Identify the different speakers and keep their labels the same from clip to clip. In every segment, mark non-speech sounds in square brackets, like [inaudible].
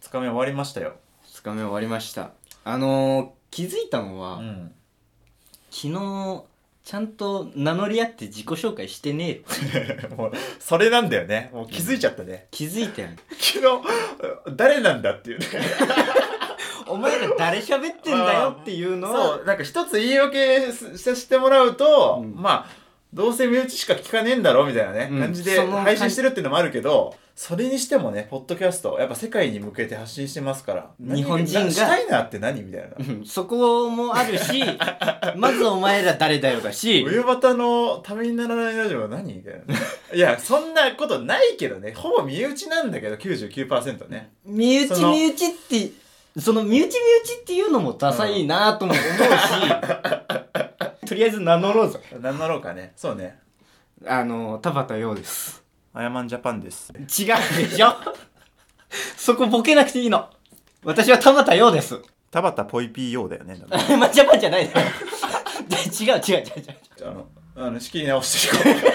Speaker 1: 日目終わりましたよ
Speaker 2: 2日目終わりましたあのー、気づいたのは、
Speaker 1: うん [laughs]
Speaker 2: 昨日ちゃんと名乗り合って自己紹介してねえって
Speaker 1: もうそれなんだよねもう気づいちゃったね、
Speaker 2: 気づいたよね
Speaker 1: 昨日誰なんだっていうね
Speaker 2: [laughs] お前ら誰喋ってんだよっていうの
Speaker 1: そ
Speaker 2: を
Speaker 1: [laughs] うなんか一つ言い訳すさせてもらうと、
Speaker 2: うん
Speaker 1: まあどうせ身内しか聞かねえんだろみたいなね、
Speaker 2: うん
Speaker 1: 感じで
Speaker 2: その
Speaker 1: 配信してるっていうのもあるけどそれにしてもねポッドキャストやっぱ世界に向けて発信してますから
Speaker 2: 日本人が
Speaker 1: 何したいなって何みたいな
Speaker 2: うんそこもある [laughs] しまずお前ら誰だよだし
Speaker 1: 冬端のためにならないラジオは何みたいないやそんなことないけどねほぼ身内なんだけど99%ね
Speaker 2: 身内
Speaker 1: その
Speaker 2: 身内ってその身内身内っていうのもダサいなとも思う [laughs] しとりあえず名乗ろうぜ
Speaker 1: 何なろうかねそうね
Speaker 2: あの田畑陽です
Speaker 1: アヤマンジャパンです
Speaker 2: 違うでしょ [laughs] そこボケなくていいの私は田畑陽 [laughs] です
Speaker 1: 田畑ポイピー用だよねだから
Speaker 2: マジャパンじゃないの違う違う違う違う
Speaker 1: あの、あの仕切り直していこ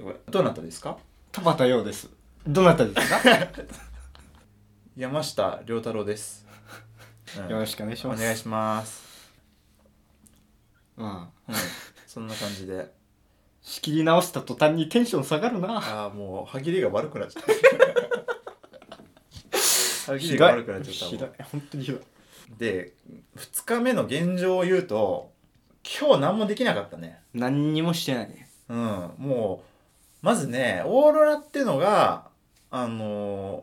Speaker 1: う。 [laughs] これどなたですか
Speaker 2: 田畑陽ですどなたです [laughs] か
Speaker 1: 山下良太郎です。うん
Speaker 2: よろしくお願いします
Speaker 1: お願いします。
Speaker 2: うん
Speaker 1: うん、そんな感じで。
Speaker 2: 仕切り直した途端にテンション下がるな
Speaker 1: ああ、もう、歯切れが悪くなっちゃ
Speaker 2: [laughs]
Speaker 1: った。歯切
Speaker 2: ひ
Speaker 1: れ
Speaker 2: ど
Speaker 1: が
Speaker 2: い
Speaker 1: 悪くなっちゃっ
Speaker 2: ひ
Speaker 1: た
Speaker 2: どい
Speaker 1: も
Speaker 2: 本当にひどい
Speaker 1: ん。で、2日目の現状を言うと、今日何もできなかったね。
Speaker 2: 何にもしてない
Speaker 1: うん、もうまずねオーロラってのがあのー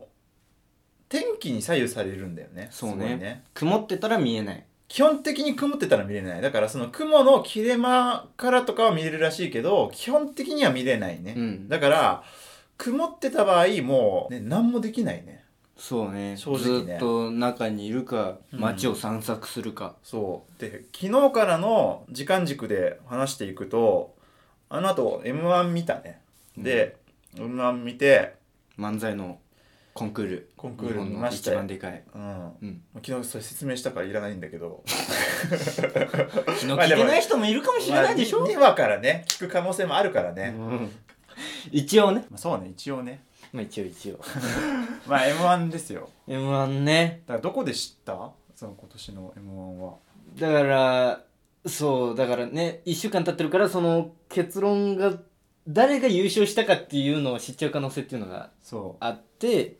Speaker 1: 天気に左右されるんだよね
Speaker 2: そうね
Speaker 1: すごい
Speaker 2: 曇ってたら見えない
Speaker 1: 基本的に曇ってたら見れないだからその雲の切れ間からとかは見れるらしいけど基本的には見れないね、
Speaker 2: うん
Speaker 1: だから曇ってた場合もう、ね、何もできないね
Speaker 2: そうね
Speaker 1: 正直ね
Speaker 2: ずっと中にいるか
Speaker 1: うん
Speaker 2: 街を散策するか、
Speaker 1: そうで昨日からの時間軸で話していくとあの後 m 1見たねで、m 1見て
Speaker 2: 漫才のコンクール
Speaker 1: コンクール
Speaker 2: 日本
Speaker 1: 見
Speaker 2: の
Speaker 1: ました
Speaker 2: 一
Speaker 1: よ
Speaker 2: 番でかい、
Speaker 1: うん
Speaker 2: うん、
Speaker 1: 昨日それ説明したからいらないんだけど
Speaker 2: 昨日
Speaker 1: まあ
Speaker 2: 聞
Speaker 1: で
Speaker 2: け
Speaker 1: も
Speaker 2: ない人も [laughs] いるかもしれないでしょ、
Speaker 1: まあににわからね聞く可能性もあるからね、
Speaker 2: うん一応ね
Speaker 1: まあ、そうね一応ね
Speaker 2: まあ一応一応
Speaker 1: まあ m 1ですよ
Speaker 2: m 1ね
Speaker 1: だからどこで知ったその今年の m 1は
Speaker 2: だからそうだからね1週間経ってるからその結論が誰が優勝したかっていうのを知っちゃう可能性っていうのが
Speaker 1: そう
Speaker 2: あって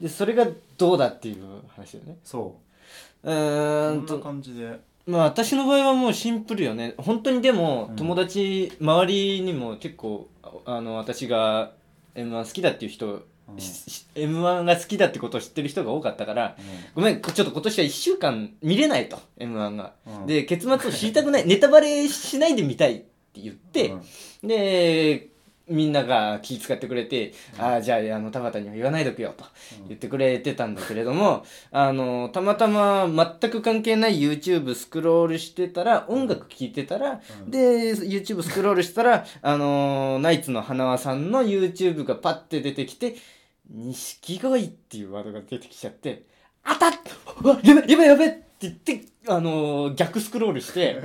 Speaker 2: でそれがどうだっていう話だよね
Speaker 1: そうう
Speaker 2: ーん
Speaker 1: こん
Speaker 2: と
Speaker 1: な感じで
Speaker 2: まあ私の場合はもうシンプルよね本当にでも、
Speaker 1: うん
Speaker 2: 友達周りにも結構ああの私が m 1好きだっていう人、
Speaker 1: うん
Speaker 2: m 1が好きだってことを知ってる人が多かったからごめんこちょっと今年は1週間見れないと m 1が、
Speaker 1: うん
Speaker 2: で結末を知りたくないネタバレしないで見たいって言っ
Speaker 1: うん
Speaker 2: て、
Speaker 1: うん
Speaker 2: でみんなが気遣ってくれて、ああじゃああの田畑には言わないでおくよと言ってくれてたんだけれども、あのたまたま全く関係ない YouTube スクロールしてたら音楽聴いてたら、
Speaker 1: うん
Speaker 2: で YouTube スクロールしたらあのナイツの花輪さんの YouTube がパッて出てきて「錦鯉」っていうワードが出てきちゃって「あたっうわやべやべやべ!」って言って、あの逆スクロールして。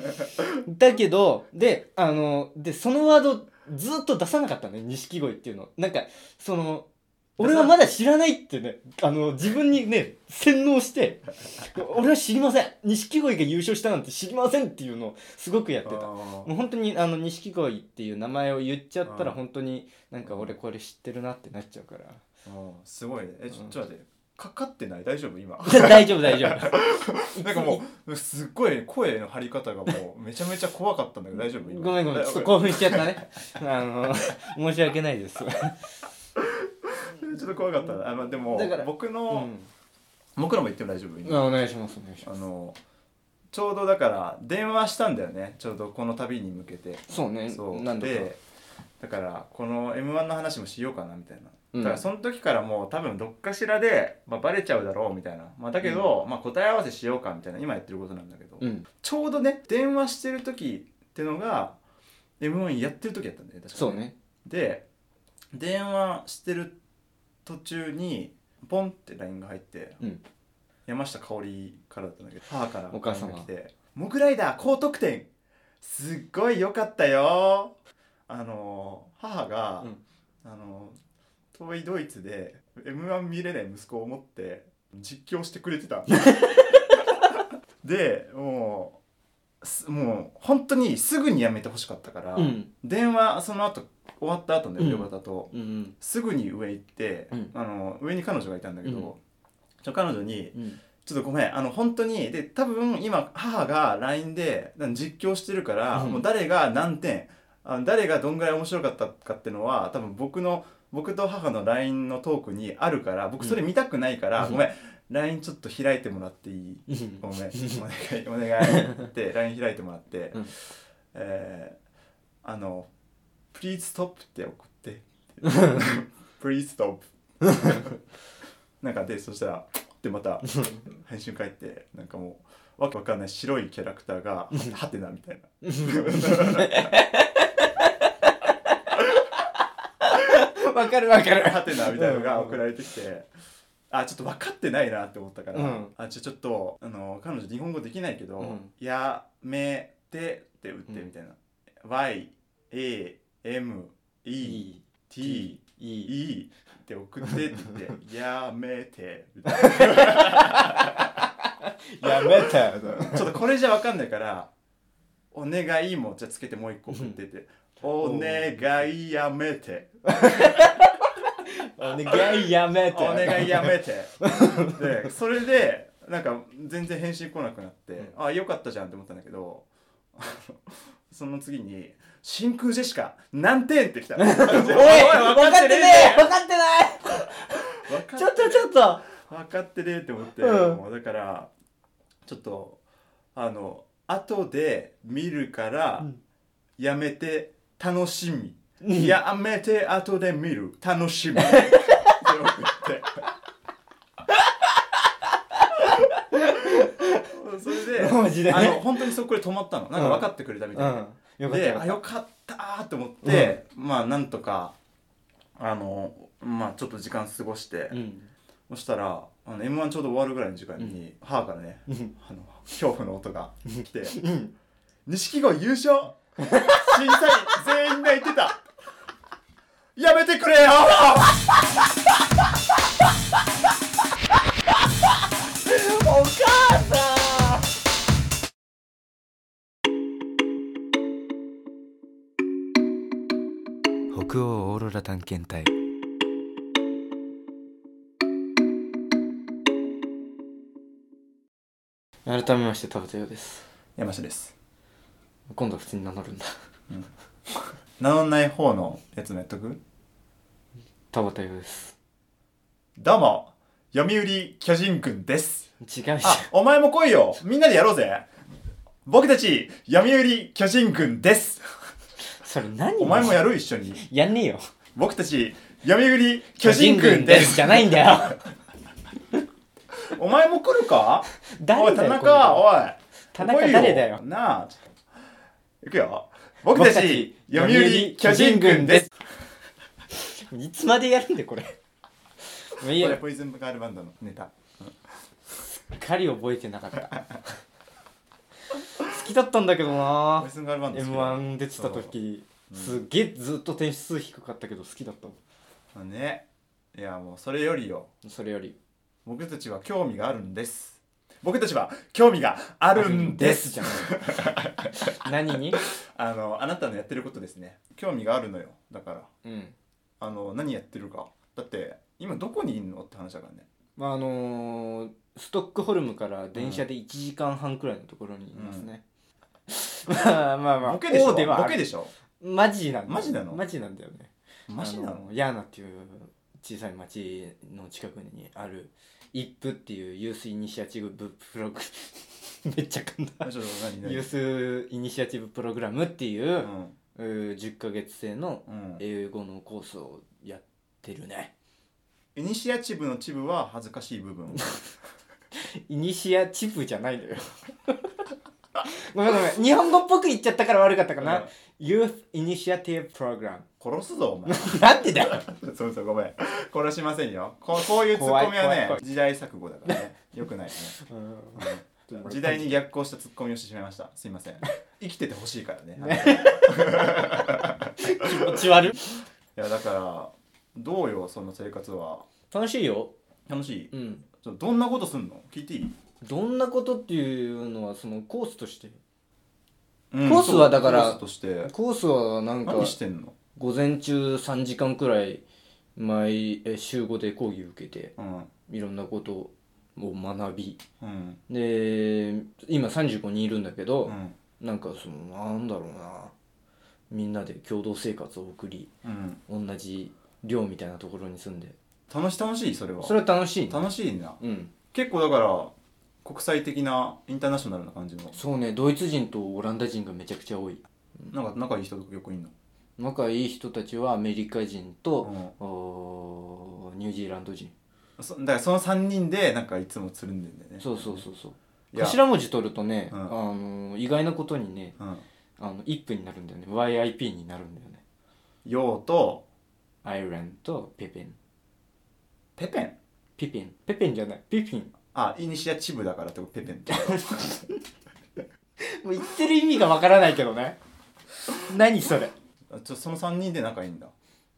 Speaker 2: だけど、で、あの、で、そのワードずっと出さなかったね、錦鯉っていうの。なんか、その、俺はまだ知らないってね、あの、自分にね、洗脳して、俺は知りません錦鯉が優勝したなんて知りませんっていうのをすごくやってた。
Speaker 1: あ
Speaker 2: も
Speaker 1: ー
Speaker 2: う本当に、あの、錦鯉っていう名前を言っちゃったら、
Speaker 1: うん
Speaker 2: 本当になんか俺これ知ってるなってなっちゃうから。
Speaker 1: うんすごいねえちょちょっと待ってかかってない大丈夫
Speaker 2: [laughs]
Speaker 1: 今
Speaker 2: 大丈夫、大丈夫。
Speaker 1: なんかもうすっごい声の張り方がもうめちゃめちゃ怖かったんだけど大丈夫今
Speaker 2: ごめんごめん、ちょっと
Speaker 1: こ
Speaker 2: 興奮しちゃったね。あの、申し訳ないです。
Speaker 1: ちょっと怖かったなあ、まあ、でも
Speaker 2: だから
Speaker 1: 僕
Speaker 2: う
Speaker 1: の、
Speaker 2: ん。
Speaker 1: 僕のも言っても大丈夫今
Speaker 2: あお願いします、お願いし
Speaker 1: あ
Speaker 2: ます。
Speaker 1: のちょうどだから電話したんだよねちょうどこの旅に向けて
Speaker 2: そうね、
Speaker 1: そう
Speaker 2: なんだか。
Speaker 1: でだからこの m 1の話もしようかなみたいな、
Speaker 2: うん
Speaker 1: だからその時からもう多分どっかしらで、まあ、バレちゃうだろうみたいな、まあ、だけど、まあ、答え合わせしようかみたいな今やってることなんだけど、
Speaker 2: うん、
Speaker 1: ちょうどね電話してる時ってのが m 1やってる時やったんだよね確か
Speaker 2: そうね。
Speaker 1: で電話してる途中にポンって LINE が入って、
Speaker 2: うん
Speaker 1: 山下香織からだったんだけど母から
Speaker 2: お母様
Speaker 1: LINE が来て「モグライダー高得点すっごい良かったよ」あの母が、
Speaker 2: うん
Speaker 1: あの遠いドイツで m 1見れない息子を持って実況してくれてた
Speaker 2: [laughs]
Speaker 1: でもうすもう本当にすぐにやめてほしかったから、
Speaker 2: うん
Speaker 1: 電話その後終わった後の
Speaker 2: うん
Speaker 1: 呼び方と、
Speaker 2: うん
Speaker 1: すぐに上行って、
Speaker 2: うん
Speaker 1: あの上に彼女がいたんだけど、
Speaker 2: うん
Speaker 1: ちょ彼女に
Speaker 2: うん
Speaker 1: ちょっとごめん、あの、本当に、で、多分今、母が LINE でなん実況してるから、
Speaker 2: うん
Speaker 1: もう誰が何点、あの誰がどんぐらい面白かったかっていうのは、多分僕の、僕と母の LINE のトークにあるから、僕それ見たくないから、
Speaker 2: うん
Speaker 1: ごめん、LINE ちょっと開いてもらっていい
Speaker 2: うん
Speaker 1: ごめん、お願い、お願い
Speaker 2: [laughs]
Speaker 1: って、LINE 開いてもらって、
Speaker 2: うん
Speaker 1: えーあの、Please stop って送
Speaker 2: [laughs]
Speaker 1: って、Please stop なんかで、そしたら、でまた、編集会って、なんかもう、わけわかんない白いキャラクター
Speaker 2: [laughs]
Speaker 1: が、ハテナみたいな。
Speaker 2: わかるわかる
Speaker 1: ハテナみたいなのが送られてきて、あ、ちょっと分かってないなって思ったから、
Speaker 2: うん
Speaker 1: あ、じゃあちょっと、あの、彼女日本語できないけど、
Speaker 2: うん
Speaker 1: やめてって打ってみたいな。y, a, m, e,
Speaker 2: E
Speaker 1: t,
Speaker 2: い
Speaker 1: e
Speaker 2: い
Speaker 1: って送ってって言
Speaker 2: [laughs]
Speaker 1: って、やめてみたいな。
Speaker 2: やめて
Speaker 1: ちょっとこれじゃわかんないから、お願いもじゃあつけてもう一個送ってて、お願いやめて。
Speaker 2: お願いやめて
Speaker 1: お願いやめ
Speaker 2: [laughs]
Speaker 1: てでそれでなんか全然返信来なくなって、
Speaker 2: う
Speaker 1: あよかったじゃんって思ったんだけど [laughs] あのその次に「真空ジェシカ何点?」ってき [laughs] たおい分
Speaker 2: [laughs] おい分かってねえ分かってない
Speaker 1: 分かっ
Speaker 2: ちょっとちょっと
Speaker 1: 分かってねえって思って、
Speaker 2: うん
Speaker 1: もうだからちょっとあの後で見るから、
Speaker 2: うん
Speaker 1: やめて楽しみ、
Speaker 2: うん
Speaker 1: やめて後で見る楽し
Speaker 2: [laughs]
Speaker 1: みって送ってそれで
Speaker 2: マジ [laughs] でね
Speaker 1: あの本当にそこで止まったのなんか分かってくれたみ
Speaker 2: うん
Speaker 1: たいな、
Speaker 2: よかった
Speaker 1: で
Speaker 2: よ
Speaker 1: あ
Speaker 2: かっ
Speaker 1: よかったーと思って、まあなんとかあのまあちょっと時間過ごして、
Speaker 2: たうん
Speaker 1: そしたらあの m 1ちょうど終わるぐらいの時間に、母からね
Speaker 2: うん
Speaker 1: あの恐怖の音が来て
Speaker 2: うん
Speaker 1: 「錦鯉優勝審査員全員泣いてたやめてくれよ!」
Speaker 2: お母さん
Speaker 3: 北欧オーロラ探検隊
Speaker 2: 改めまして田畑洋です
Speaker 1: 山下です
Speaker 2: 今度は普通に名乗るんだ
Speaker 1: 名乗んない方のやつもやっとく
Speaker 2: 田畑洋です
Speaker 1: どうも読売巨人軍です
Speaker 2: 違うし
Speaker 1: あお前も来いよみんなでやろうぜ僕たち読売巨人軍です
Speaker 2: それ何
Speaker 1: お前もやる一緒に
Speaker 2: やんねえよ
Speaker 1: 僕たち読売巨人軍です
Speaker 2: じゃないんだよ
Speaker 1: お前も来るかお
Speaker 2: 誰
Speaker 1: い田
Speaker 2: だよ
Speaker 1: 中おい
Speaker 2: 田中誰だよ
Speaker 1: 来いなあ行くよ僕たち読売巨人軍です
Speaker 2: 今度いつまでやるんだよこれもういい
Speaker 1: こ
Speaker 2: よ
Speaker 1: れポイズンガールバンドのネタ
Speaker 2: しっかり覚えてなかった [laughs] 好きだったんだけどな
Speaker 1: ポイズンガールバンド好き
Speaker 2: m
Speaker 1: だ
Speaker 2: 1出てた時すっげえずっと点数低かったけど好きだったも
Speaker 1: そうねいやもうそれよりよ
Speaker 2: んそれより
Speaker 1: 僕たちは興味があるんです僕たちは興味があ
Speaker 2: あ
Speaker 1: るんです
Speaker 2: じゃん [laughs] 何に
Speaker 1: あのあなたのやってることですね興味があるのよだから
Speaker 2: うん
Speaker 1: あの何やってるかだって今どこにいんのって話だからね
Speaker 2: まああのーストックホルムから電車で1時間半くらいのところにいますね、 [laughs] まあまあまあ
Speaker 1: ボケでしょ
Speaker 2: 王ではあ
Speaker 1: ボ
Speaker 2: る
Speaker 1: ケでしょ
Speaker 2: マジなんだよ
Speaker 1: マジなの
Speaker 2: マジなんだよね
Speaker 1: マジな
Speaker 2: あ
Speaker 1: の
Speaker 2: ヤーナっていう小さい町の近くにあるイップっていうユースイニシアチブプログ [laughs] めっちゃ噛んだ
Speaker 1: あちょっと何何
Speaker 2: ユースイニシアチブプログラムっていうう、
Speaker 1: ん
Speaker 2: うー10ヶ月制の
Speaker 1: うん
Speaker 2: 英語のコースをやってるね
Speaker 1: イニシアチブのチブは恥ずかしい部分
Speaker 2: イニシアチブじゃないのよ [laughs] ごめんごめん日本語っぽく言っちゃったから悪かったか
Speaker 1: う
Speaker 2: なん Youth Initiative Program [laughs]
Speaker 1: 殺すぞお前
Speaker 2: なんでだよ
Speaker 1: [laughs] そうそうごめん殺しませんよここういうツッコミは
Speaker 2: 怖い
Speaker 1: ね
Speaker 2: 怖い
Speaker 1: 時代錯誤だからねよくないね [laughs]
Speaker 2: [laughs]
Speaker 1: 時代に逆行したツッコミをしてしまいましたすいません生きててほしいからね [laughs]
Speaker 2: 気持ち悪い
Speaker 1: いやだからどうよその生活は
Speaker 2: 楽しいよ
Speaker 1: 楽しい
Speaker 2: うん
Speaker 1: ちょどんなことすんの聞いていい、
Speaker 2: どんなことっていうのはそのコースとして
Speaker 1: うん
Speaker 2: コースはだから
Speaker 1: そうコースとして
Speaker 2: コースはなんか
Speaker 1: 何してんの
Speaker 2: 午前中3時間くらい毎え週5で講義受けて
Speaker 1: うん
Speaker 2: いろんなことを学び
Speaker 1: うん
Speaker 2: で今35人いるんだけど
Speaker 1: う、ん
Speaker 2: なんかそのなんだろうなみんなで共同生活を送り
Speaker 1: うん
Speaker 2: 同じ寮みたいなところに住んで
Speaker 1: 楽しい楽しいそれは
Speaker 2: それは楽しいね
Speaker 1: 楽しいな
Speaker 2: うん
Speaker 1: 結構だから国際的なインターナショナルな感じの
Speaker 2: そうねドイツ人とオランダ人がめちゃくちゃ多い
Speaker 1: なんか仲いい人とかよくいんの
Speaker 2: 仲いい人たちはアメリカ人と、
Speaker 1: うん
Speaker 2: おーニュージーランド人
Speaker 1: そだからその3人でなんかいつもつるんでんだよね
Speaker 2: そうそうそうそう
Speaker 1: いや
Speaker 2: 頭文字取るとね、
Speaker 1: うん
Speaker 2: あの意外なことにね
Speaker 1: うん
Speaker 2: あの1分になるんだよね YIP になるんだよね
Speaker 1: ヨウと
Speaker 2: アイランとペペン
Speaker 1: ペペン
Speaker 2: ピピンペペンじゃないピピン
Speaker 1: あイニシアチブだからってことペペンって
Speaker 2: もう言ってる意味がわからないけど
Speaker 1: [laughs]
Speaker 2: ね何それ
Speaker 1: あちょその3人で仲いいんだ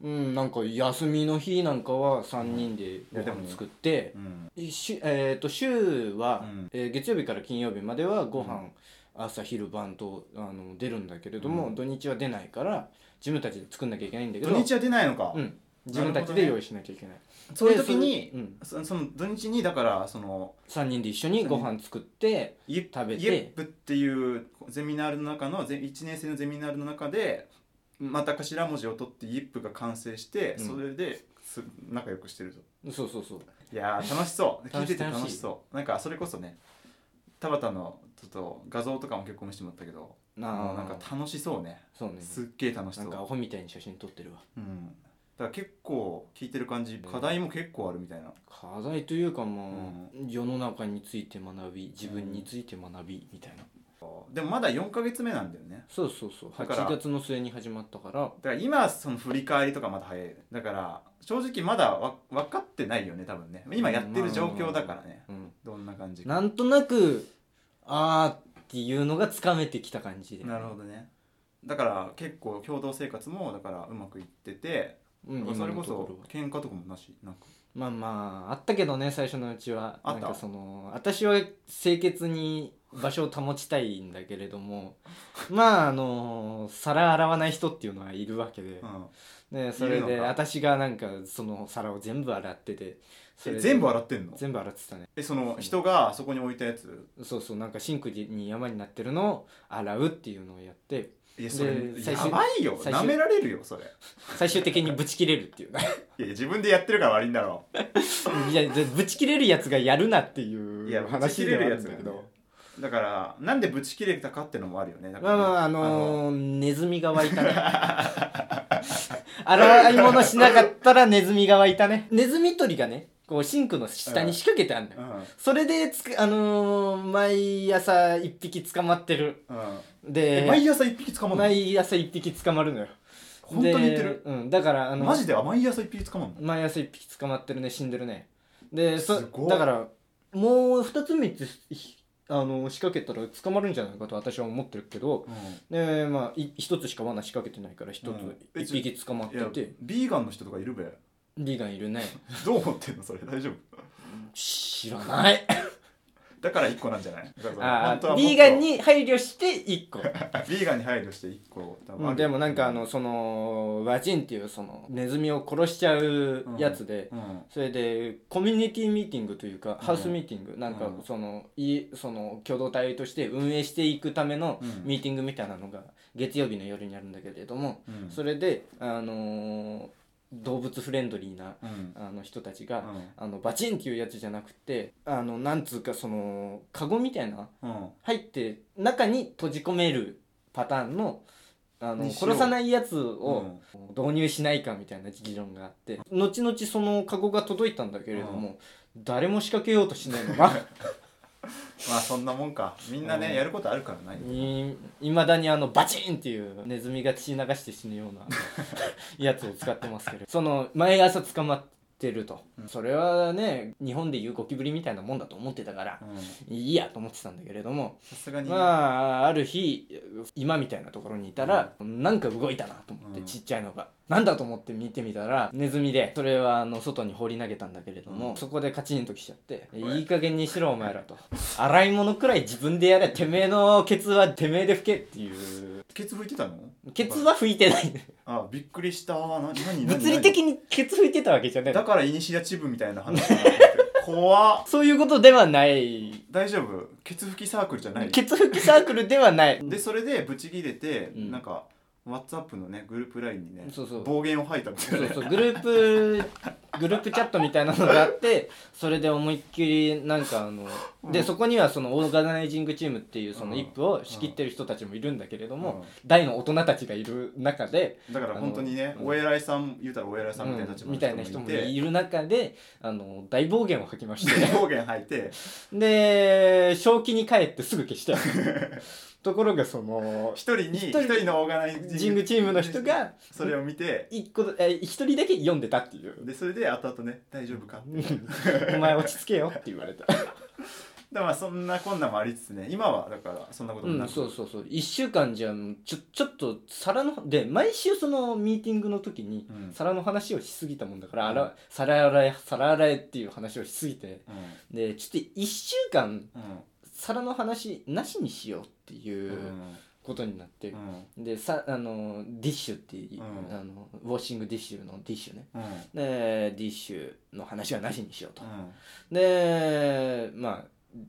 Speaker 2: うんなんか休みの日なんかは3人でご
Speaker 1: やでも
Speaker 2: 飯作って
Speaker 1: うん
Speaker 2: 一週えー、と週は、
Speaker 1: うん
Speaker 2: えー月曜日から金曜日まではご飯、朝昼晩とあの出るんだけれども、
Speaker 1: うん
Speaker 2: 土日は出ないから自分たちで作んなきゃいけないんだけ
Speaker 1: 土
Speaker 2: ど
Speaker 1: 日は出ないのか、
Speaker 2: うん、自分たちで用意しなきゃいけない、
Speaker 1: そういう時に
Speaker 2: でそれう
Speaker 1: そ
Speaker 2: ん、
Speaker 1: その土日にだからその
Speaker 2: 3人で一緒にご飯作って
Speaker 1: イエ
Speaker 2: 食べて
Speaker 1: イエップっていうゼミナールの中のゼ1年生のゼミナールの中でまた頭文字を取ってイエップが完成して、
Speaker 2: うん
Speaker 1: それです仲良くしてると
Speaker 2: そうそうそう
Speaker 1: いやー楽しそう聞
Speaker 2: 楽
Speaker 1: い
Speaker 2: してい
Speaker 1: て楽しそうなんかそれこそね田畑のちょっと画像とかも結構見せてもらったけど
Speaker 2: な
Speaker 1: もうな
Speaker 2: あ
Speaker 1: んか楽しそうね
Speaker 2: そうね
Speaker 1: すっげえ楽し
Speaker 2: な
Speaker 1: そうん
Speaker 2: かアホみたいに写真撮ってるわ
Speaker 1: うん、だから結構聞いてる感じ課題も結構あるみたいな
Speaker 2: 課題というかもう、世の中について学び自分について学びみたいな、
Speaker 1: でもまだ4ヶ月目なんだよね
Speaker 2: そうそうそう
Speaker 1: だから
Speaker 2: 8月の末に始まったから
Speaker 1: だから今その振り返りとかまだ早いよねだから正直まだわ分かってないよね多分ね今やってる状況だからね
Speaker 2: うん
Speaker 1: どんな感じか
Speaker 2: なんとなくあーっていうのがつかめてきた感じで
Speaker 1: なるほどねだから結構共同生活もだからうまくいってて、
Speaker 2: うん、
Speaker 1: だからそれこ
Speaker 2: 今のと
Speaker 1: そ
Speaker 2: ろは
Speaker 1: 喧嘩とかもなしなんか
Speaker 2: まあまああったけどね最初のうちは
Speaker 1: あった
Speaker 2: なんかその私は清潔に場所を保ちたいんだけれど
Speaker 1: [laughs]
Speaker 2: もまああの皿洗わない人っていうのはいるわけで、
Speaker 1: うん
Speaker 2: ね、それ
Speaker 1: いる
Speaker 2: で
Speaker 1: のか
Speaker 2: 私がなんかその皿を全部洗っててそれ
Speaker 1: え
Speaker 2: で
Speaker 1: 全部洗ってんの
Speaker 2: 全部洗ってたね
Speaker 1: えその人がそこに置いたやつ
Speaker 2: そうそうなんかシンクに山になってるのを洗うっていうのをやって
Speaker 1: いやそれ
Speaker 2: で最
Speaker 1: や
Speaker 2: 終
Speaker 1: ばいよ
Speaker 2: 最
Speaker 1: な
Speaker 2: 終
Speaker 1: められるよそれい
Speaker 2: 最終的にブチ切れるっていうね
Speaker 1: や自分でやってるから悪いんだろ
Speaker 2: いやでブチ切れるやつがやるなっていう
Speaker 1: いやブチ
Speaker 2: 話
Speaker 1: 切
Speaker 2: で
Speaker 1: れ
Speaker 2: はあ
Speaker 1: るや
Speaker 2: る
Speaker 1: つ
Speaker 2: んだ
Speaker 1: だ
Speaker 2: け
Speaker 1: け
Speaker 2: ど、
Speaker 1: どだからなんでブチ切れたかってのもあるよねだか
Speaker 2: まあ
Speaker 1: ら
Speaker 2: まああ
Speaker 1: あの
Speaker 2: のーネズミが湧
Speaker 1: [laughs]
Speaker 2: いたね洗い物しなかったらネズミが湧いたねネズミ取りがねこうシンクの下に仕掛けてあるんだよ、それでつくあのー毎朝一匹捕まってる
Speaker 1: うんうん
Speaker 2: で
Speaker 1: え毎朝一匹捕まんの
Speaker 2: 毎朝一匹捕まるのよ
Speaker 1: 本当に言って
Speaker 2: で
Speaker 1: る
Speaker 2: うん、だからあの
Speaker 1: マジであ毎朝一匹捕まんの
Speaker 2: 毎朝一匹捕まってるね死んでるねでそ
Speaker 1: すごい
Speaker 2: だからもう二つ三つひあの仕掛けたら捕まるんじゃないかと私は思ってるけどでまあい一つしか罠仕掛けてないから一つ
Speaker 1: うんえ
Speaker 2: 一匹捕まっ
Speaker 1: い
Speaker 2: て
Speaker 1: や
Speaker 2: て、
Speaker 1: ビーガンの人とかいるべ
Speaker 2: リーガンいるね
Speaker 1: どう思ってんのそれ大丈夫
Speaker 2: 知らない
Speaker 1: だから一個なんじゃないだからその
Speaker 2: あ
Speaker 1: 本当はも
Speaker 2: ー
Speaker 1: っと
Speaker 2: リーガンに配慮して一個
Speaker 1: ビーガンに配慮して一個多分あ
Speaker 2: う
Speaker 1: る
Speaker 2: んでもなんかあのその和人っていうそのネズミを殺しちゃうやつで、
Speaker 1: うん
Speaker 2: それでコミュニティミーティングというか、
Speaker 1: うん
Speaker 2: ハウスミーティングなんか
Speaker 1: うん
Speaker 2: そのいその共同体として運営していくための
Speaker 1: うん
Speaker 2: ミーティングみたいなのが月曜日の夜にあるんだけれども、
Speaker 1: うん
Speaker 2: それで、あのー動物フレンドリーな
Speaker 1: うん
Speaker 2: あの人たちが、
Speaker 1: うん
Speaker 2: あのバチンっていうやつじゃなくてあのなんつうかそのカゴみたいな
Speaker 1: うん
Speaker 2: 入って中に閉じ込めるパターンのあの
Speaker 1: にしよう
Speaker 2: 殺さないやつ
Speaker 1: う
Speaker 2: を
Speaker 1: ん
Speaker 2: 導入しないかみたいな議論があって後々そのカゴが届いたんだけれども、誰も仕掛けようとしないのが
Speaker 1: まあそんなもんかみんな
Speaker 2: う
Speaker 1: ね
Speaker 2: ん
Speaker 1: やることあるからない
Speaker 2: [laughs] いまだにあのバチンっていう
Speaker 1: [laughs]
Speaker 2: ネズミが血流して死ぬようなやつを使ってますけどその毎朝捕まってると、
Speaker 1: うん
Speaker 2: それはね日本でいうゴキブリみたいなもんだと思ってたから、
Speaker 1: うん
Speaker 2: いいやと思ってたんだけれども
Speaker 1: さすがに、
Speaker 2: まあある日今みたいなところにいたら、なんか動いたなと思って、
Speaker 1: うん
Speaker 2: ちっちゃいのがなんだと思って見てみたらネズミでそれはあの外に放り投げたんだけれども、
Speaker 1: うん
Speaker 2: そこでカチンときちゃって「
Speaker 1: おい
Speaker 2: いい加減にしろお前ら」と「洗い物くらい自分でやれてめえのケツはてめえで拭け」っていう
Speaker 1: ケツ拭いてたの
Speaker 2: ケツは拭い
Speaker 1: [laughs]
Speaker 2: てない
Speaker 1: あびっくりしたな何何何
Speaker 2: 物理的にケツ拭いてたわけじゃない
Speaker 1: だからイニシアチブみたいな話だな
Speaker 2: [laughs]
Speaker 1: と思って怖っ
Speaker 2: そういうことではない
Speaker 1: 大丈夫ケツ拭きサークルじゃない
Speaker 2: ケツ拭きサークルではない
Speaker 1: でそれでブチ切れて、
Speaker 2: うん
Speaker 1: なんか WhatsApp のねグループ LINE にね
Speaker 2: そうそう
Speaker 1: 暴言を吐いたみたい
Speaker 2: そう
Speaker 1: な
Speaker 2: そうグループグループチャットみたいなのがあってそれで思いっきりなんかあの、でそこにはそのオーガナイジングチームっていうその
Speaker 1: うん
Speaker 2: 一歩を仕切ってる人たちもいるんだけれども、
Speaker 1: う
Speaker 2: 大の大人たちがいる中で、
Speaker 1: んだから本当にね
Speaker 2: あの
Speaker 1: お偉いさん言うたらお偉いさんみたいな立
Speaker 2: う
Speaker 1: 場
Speaker 2: ん
Speaker 1: の
Speaker 2: みたいな人
Speaker 1: 人
Speaker 2: も
Speaker 1: もいて
Speaker 2: いる中であの大暴言を吐きまして [laughs]
Speaker 1: で暴言吐いて
Speaker 2: で正気に帰ってすぐ消したよところがその
Speaker 1: 一人に一
Speaker 2: 一人
Speaker 1: 人のオーガナイ
Speaker 2: ジングチームの人が
Speaker 1: それを見て
Speaker 2: 一個え一人だけ読んでたって [laughs] いう
Speaker 1: でそれで後々ね大丈夫かって
Speaker 2: 「お前落ち着けよ」って言われた
Speaker 1: だからまあそんなこんなもありつつね今はだからそんなこと
Speaker 2: う
Speaker 1: もなんく、
Speaker 2: そうそうそう1週間じゃちょちょっと皿ので毎週そのミーティングの時に
Speaker 1: うん
Speaker 2: 皿の話をしすぎたもんだから、あ
Speaker 1: うん
Speaker 2: ら皿洗え皿洗えっていう話をしすぎて
Speaker 1: うん
Speaker 2: でちょっと1週間
Speaker 1: うん
Speaker 2: 皿の話なしにしようっていううんことになって、
Speaker 1: うん
Speaker 2: でさあのディッシュっていう、
Speaker 1: うん
Speaker 2: あのウォッシングディッシュのディッシュね
Speaker 1: うん
Speaker 2: でディッシュの話はなしにしようと、でまあ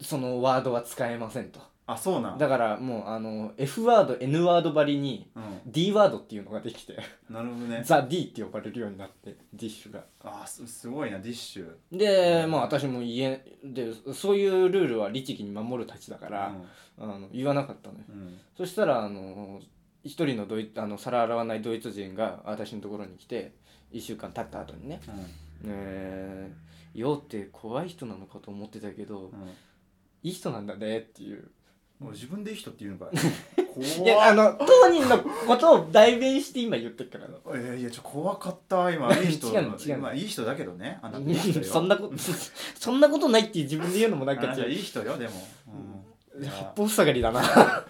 Speaker 2: そのワードは使えませんと
Speaker 1: あそうなん
Speaker 2: だからもうあの F ワード N ワードばりに
Speaker 1: うん、
Speaker 2: D ワードっていうのができて [laughs]
Speaker 1: なるほどね
Speaker 2: ザ・ D って呼ばれるようになってディッシュが
Speaker 1: あすすごいなディッシュ
Speaker 2: でまあ私も言えでそういうルールは律儀に守るたちだから、あの言わなかったのよ
Speaker 1: うんうん
Speaker 2: そしたらあの一人のドイあの皿洗わないドイツ人が私のところに来て1週間経った後にね「えー、ようって怖い人なのかと思ってたけど
Speaker 1: うん
Speaker 2: いい人なんだね」っていう
Speaker 1: うん、もう自分でいい人って言うのか [laughs]
Speaker 2: い
Speaker 1: い
Speaker 2: やあ
Speaker 1: 怖っ
Speaker 2: の当人のことを代弁して今言ってるから
Speaker 1: いやいやちょ怖かった
Speaker 2: [laughs]
Speaker 1: 今いい人
Speaker 2: 違うの違うの
Speaker 1: 今いい人だけどねあなたいい人よ
Speaker 2: そんなこと [laughs] そんなことないって自分で言うのもな
Speaker 1: あ
Speaker 2: んか
Speaker 1: なた
Speaker 2: 違
Speaker 1: いうい人よでも、うん、
Speaker 2: 八
Speaker 1: あ
Speaker 2: 方塞がりだな [laughs]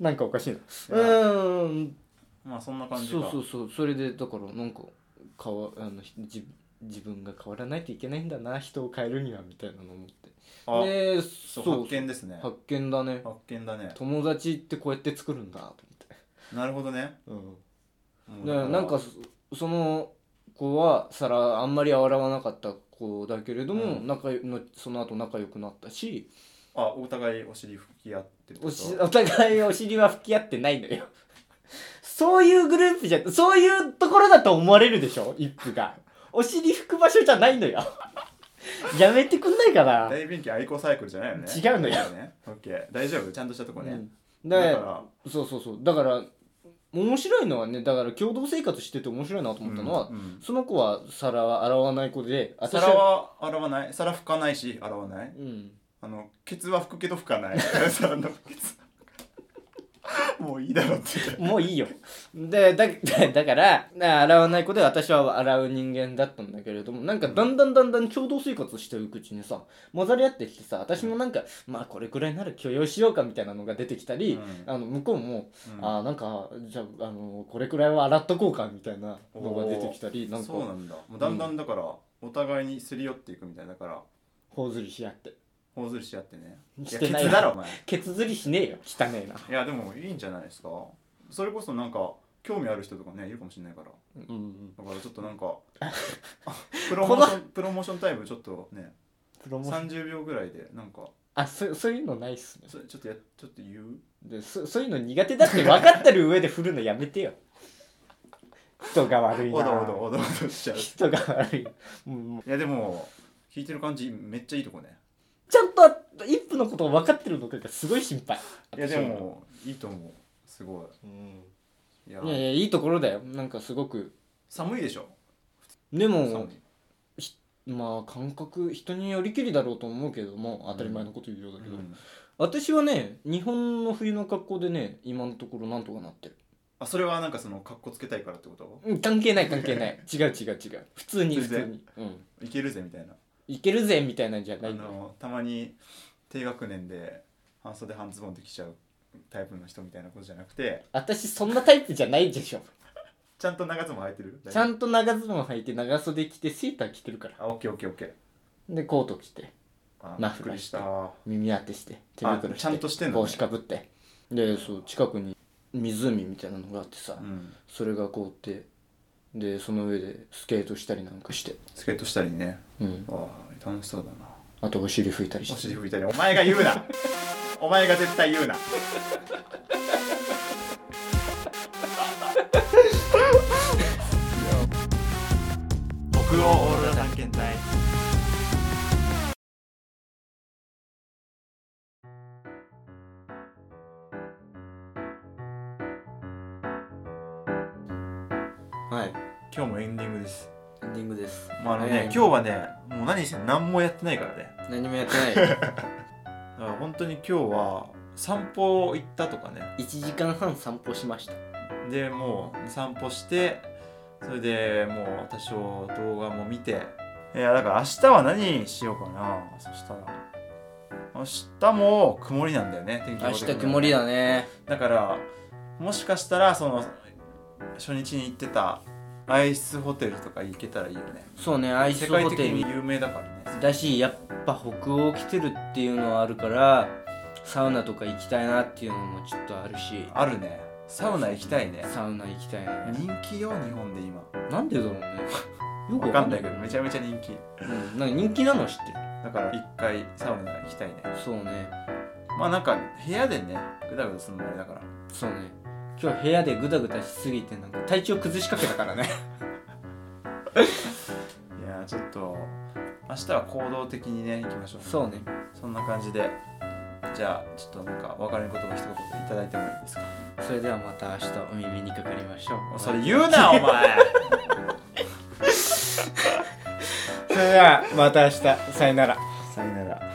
Speaker 2: なんかおかしいなうーん
Speaker 1: まあそんな感じ
Speaker 2: そう
Speaker 1: か
Speaker 2: そうそうそれでだからなんか変わあのひ自自分が変わらないといけないんだな人を変えるにはみたいなの思って
Speaker 1: あ
Speaker 2: で
Speaker 1: そ
Speaker 2: そうう
Speaker 1: 発見ですね
Speaker 2: 発見だね
Speaker 1: 発見だね
Speaker 2: 友達ってこうやって作るんだと
Speaker 1: なるほどね、
Speaker 2: 思って、
Speaker 1: うん
Speaker 2: でなんかそその子は皿あんまり洗わなかった子だけれども、
Speaker 1: うん
Speaker 2: 仲よのその後仲良くなったし
Speaker 1: あお互いお尻拭き合ってるってこ
Speaker 2: お
Speaker 1: と
Speaker 2: しお互いお尻は吹き合ってないのよ [laughs] そういうグループじゃそういうところだと思われるでしょ一夫がお尻拭く場所じゃないのよ [laughs] やめてくんないかな、
Speaker 1: 大便器愛好サイクルじゃないよね
Speaker 2: 違うのよ
Speaker 1: だねオッケー大丈夫ちゃんとしたとこ
Speaker 2: う
Speaker 1: ね、
Speaker 2: ん
Speaker 1: だか
Speaker 2: で
Speaker 1: ら
Speaker 2: そうそうそうだから面白いのはねだから共同生活してて面白いなと思ったのは、
Speaker 1: うんうん
Speaker 2: その子は皿は洗わない子で私
Speaker 1: 皿は洗わない皿拭かないし洗わない
Speaker 2: うん
Speaker 1: あのケツは拭くけど拭かない [laughs] 皿のケツもういいだろって
Speaker 2: もういいよ。で、だ、 [laughs] だだから、な洗わない子で私は洗う人間だったんだけれども、なんかだんだんだんだん共同生活していくうちにさ、混ざり合ってきてさ、私もなんか、まあこれくらいなら許容しようかみたいなのが出てきたり、
Speaker 1: うん
Speaker 2: あの、向こうも、
Speaker 1: うん
Speaker 2: あーなんか、じゃあ、あの、これくらいは洗っとこうかみたいなのが出てきたり、なんか
Speaker 1: そ、うなんだもうだんだんだから、お互いにすり寄っていくみたいだから
Speaker 2: 頬ずりし合って。
Speaker 1: 頬ずりし合ってねい
Speaker 2: し
Speaker 1: や
Speaker 2: て
Speaker 1: ケツ
Speaker 2: ない
Speaker 1: だろお前
Speaker 2: ケツずりしねえよ。汚ねえな。
Speaker 1: いやでもいいんじゃないですかそれこそなんか興味ある人とかねいるかもしれないから
Speaker 2: うんうん。
Speaker 1: だからちょっとなんかあプロモーションプロモーションタイムちょっとね
Speaker 2: プロモーション。
Speaker 1: 30秒ぐらいでなんか
Speaker 2: あ、そ、そういうのないっすね。
Speaker 1: それちょっとやちょっと言う
Speaker 2: でそそういうの苦手だって分かってる上で振るのやめて
Speaker 1: [laughs]
Speaker 2: よ人が悪いな
Speaker 1: おどおどおどおどしちゃうい
Speaker 2: 人が悪いもう
Speaker 1: やでも聞いてる感じめっちゃいいとこね
Speaker 2: ちゃんと一歩のことを分かってるのかがすごい心配
Speaker 1: いやでもいいと思うすご
Speaker 2: うん
Speaker 1: いいや
Speaker 2: いやいやいいところだよなんかすごく
Speaker 1: 寒いでしょ
Speaker 2: で
Speaker 1: 寒
Speaker 2: も
Speaker 1: い
Speaker 2: まあ感覚人によりきりだろうと思うけども当たり前のこと言うようだけど、
Speaker 1: うん
Speaker 2: 私はね日本の冬の格好でね今のところなんとかなってる
Speaker 1: あそれはなんかそのかっこつけたいからってこと
Speaker 2: うん関係ない関係ない
Speaker 1: [laughs]
Speaker 2: 違う違う違う普通に普
Speaker 1: 全然
Speaker 2: 通に、うん、
Speaker 1: いけるぜみたいない
Speaker 2: けるぜみたいなんじゃな
Speaker 1: あ
Speaker 2: い
Speaker 1: のたまに低学年で半袖半ズボンできちゃうタイプの人みたいなことじゃなくて
Speaker 2: 私そんなタイプじゃないでしょ
Speaker 1: ちゃんと長ズボン履いてる
Speaker 2: ちゃんと長ズボン履いて長袖着てセーター着てるから
Speaker 1: あオッケーオッケーオッケー
Speaker 2: でコート着て
Speaker 1: あ
Speaker 2: マ
Speaker 1: びっ
Speaker 2: フ
Speaker 1: く
Speaker 2: ラー
Speaker 1: り
Speaker 2: し
Speaker 1: してたあ
Speaker 2: 耳当てして手袋して
Speaker 1: ちゃんとしてんのね
Speaker 2: 帽子かぶってでそう近くに湖みたいなのがあってさ、
Speaker 1: うん
Speaker 2: それが凍ってでその上でスケートしたりなんかして、
Speaker 1: スケートしたりね
Speaker 2: うん、
Speaker 1: ああ楽しそうだな
Speaker 2: あとお尻拭いたり
Speaker 1: お
Speaker 2: して
Speaker 1: 尻拭いたりお前が言う
Speaker 2: [laughs]
Speaker 1: なお前が絶対言うな北欧オーロラ探検隊
Speaker 2: はい
Speaker 1: 今日もエンディングです
Speaker 2: エンディングです
Speaker 1: まああのね、
Speaker 2: えー
Speaker 1: 今日はねもう何しても何もやってないからね
Speaker 2: 何もやってない
Speaker 1: だから本当に今日は散歩行ったとかね
Speaker 2: 1時間半散歩し
Speaker 1: [laughs]
Speaker 2: ました
Speaker 1: でもう散歩してそれでもう多少動画も見ていやだから明日は何しようかなそしたら明日も曇りなんだよね天気
Speaker 2: 明
Speaker 1: が
Speaker 2: 日曇りだね
Speaker 1: だからもしかしたらその初日に行ってたアイスホテルとか行けたらいいよね
Speaker 2: そうねアイ
Speaker 1: 世
Speaker 2: ス
Speaker 1: 界
Speaker 2: ホ
Speaker 1: 的
Speaker 2: テ
Speaker 1: に
Speaker 2: ル
Speaker 1: 有名だからね
Speaker 2: だしやっぱ北欧来てるっていうのはあるからサウナとか行きたいなっていうのもちょっとあるし
Speaker 1: あるねサウナ行きたいね
Speaker 2: サウナ行きたいね
Speaker 1: 人気よ日本で今
Speaker 2: なんでだろうねよく
Speaker 1: わ
Speaker 2: わ
Speaker 1: か
Speaker 2: か
Speaker 1: ん
Speaker 2: ん
Speaker 1: な
Speaker 2: ない
Speaker 1: け
Speaker 2: いけ
Speaker 1: ど
Speaker 2: ど
Speaker 1: めちゃめちゃ人気
Speaker 2: うん、なんか人気なの知ってる
Speaker 1: だから一回サウナ行きたいね
Speaker 2: そうね
Speaker 1: まあなんか部屋でねぐだぐだするのもあれだから
Speaker 2: そうね今日部屋でグダグダしすぎてなんか体調崩しかけたから
Speaker 1: [laughs]
Speaker 2: ね
Speaker 1: いやーちょっと明日は行動的にね行きましょう
Speaker 2: そうね
Speaker 1: そんな感じでじゃあちょっとなんかお別れの言葉一言いただいてもいい
Speaker 2: [laughs]
Speaker 1: ですか
Speaker 2: それではまた明日お耳にかかりましょう
Speaker 1: それ言うなお前
Speaker 2: それではまた明日さよなら
Speaker 1: さよなら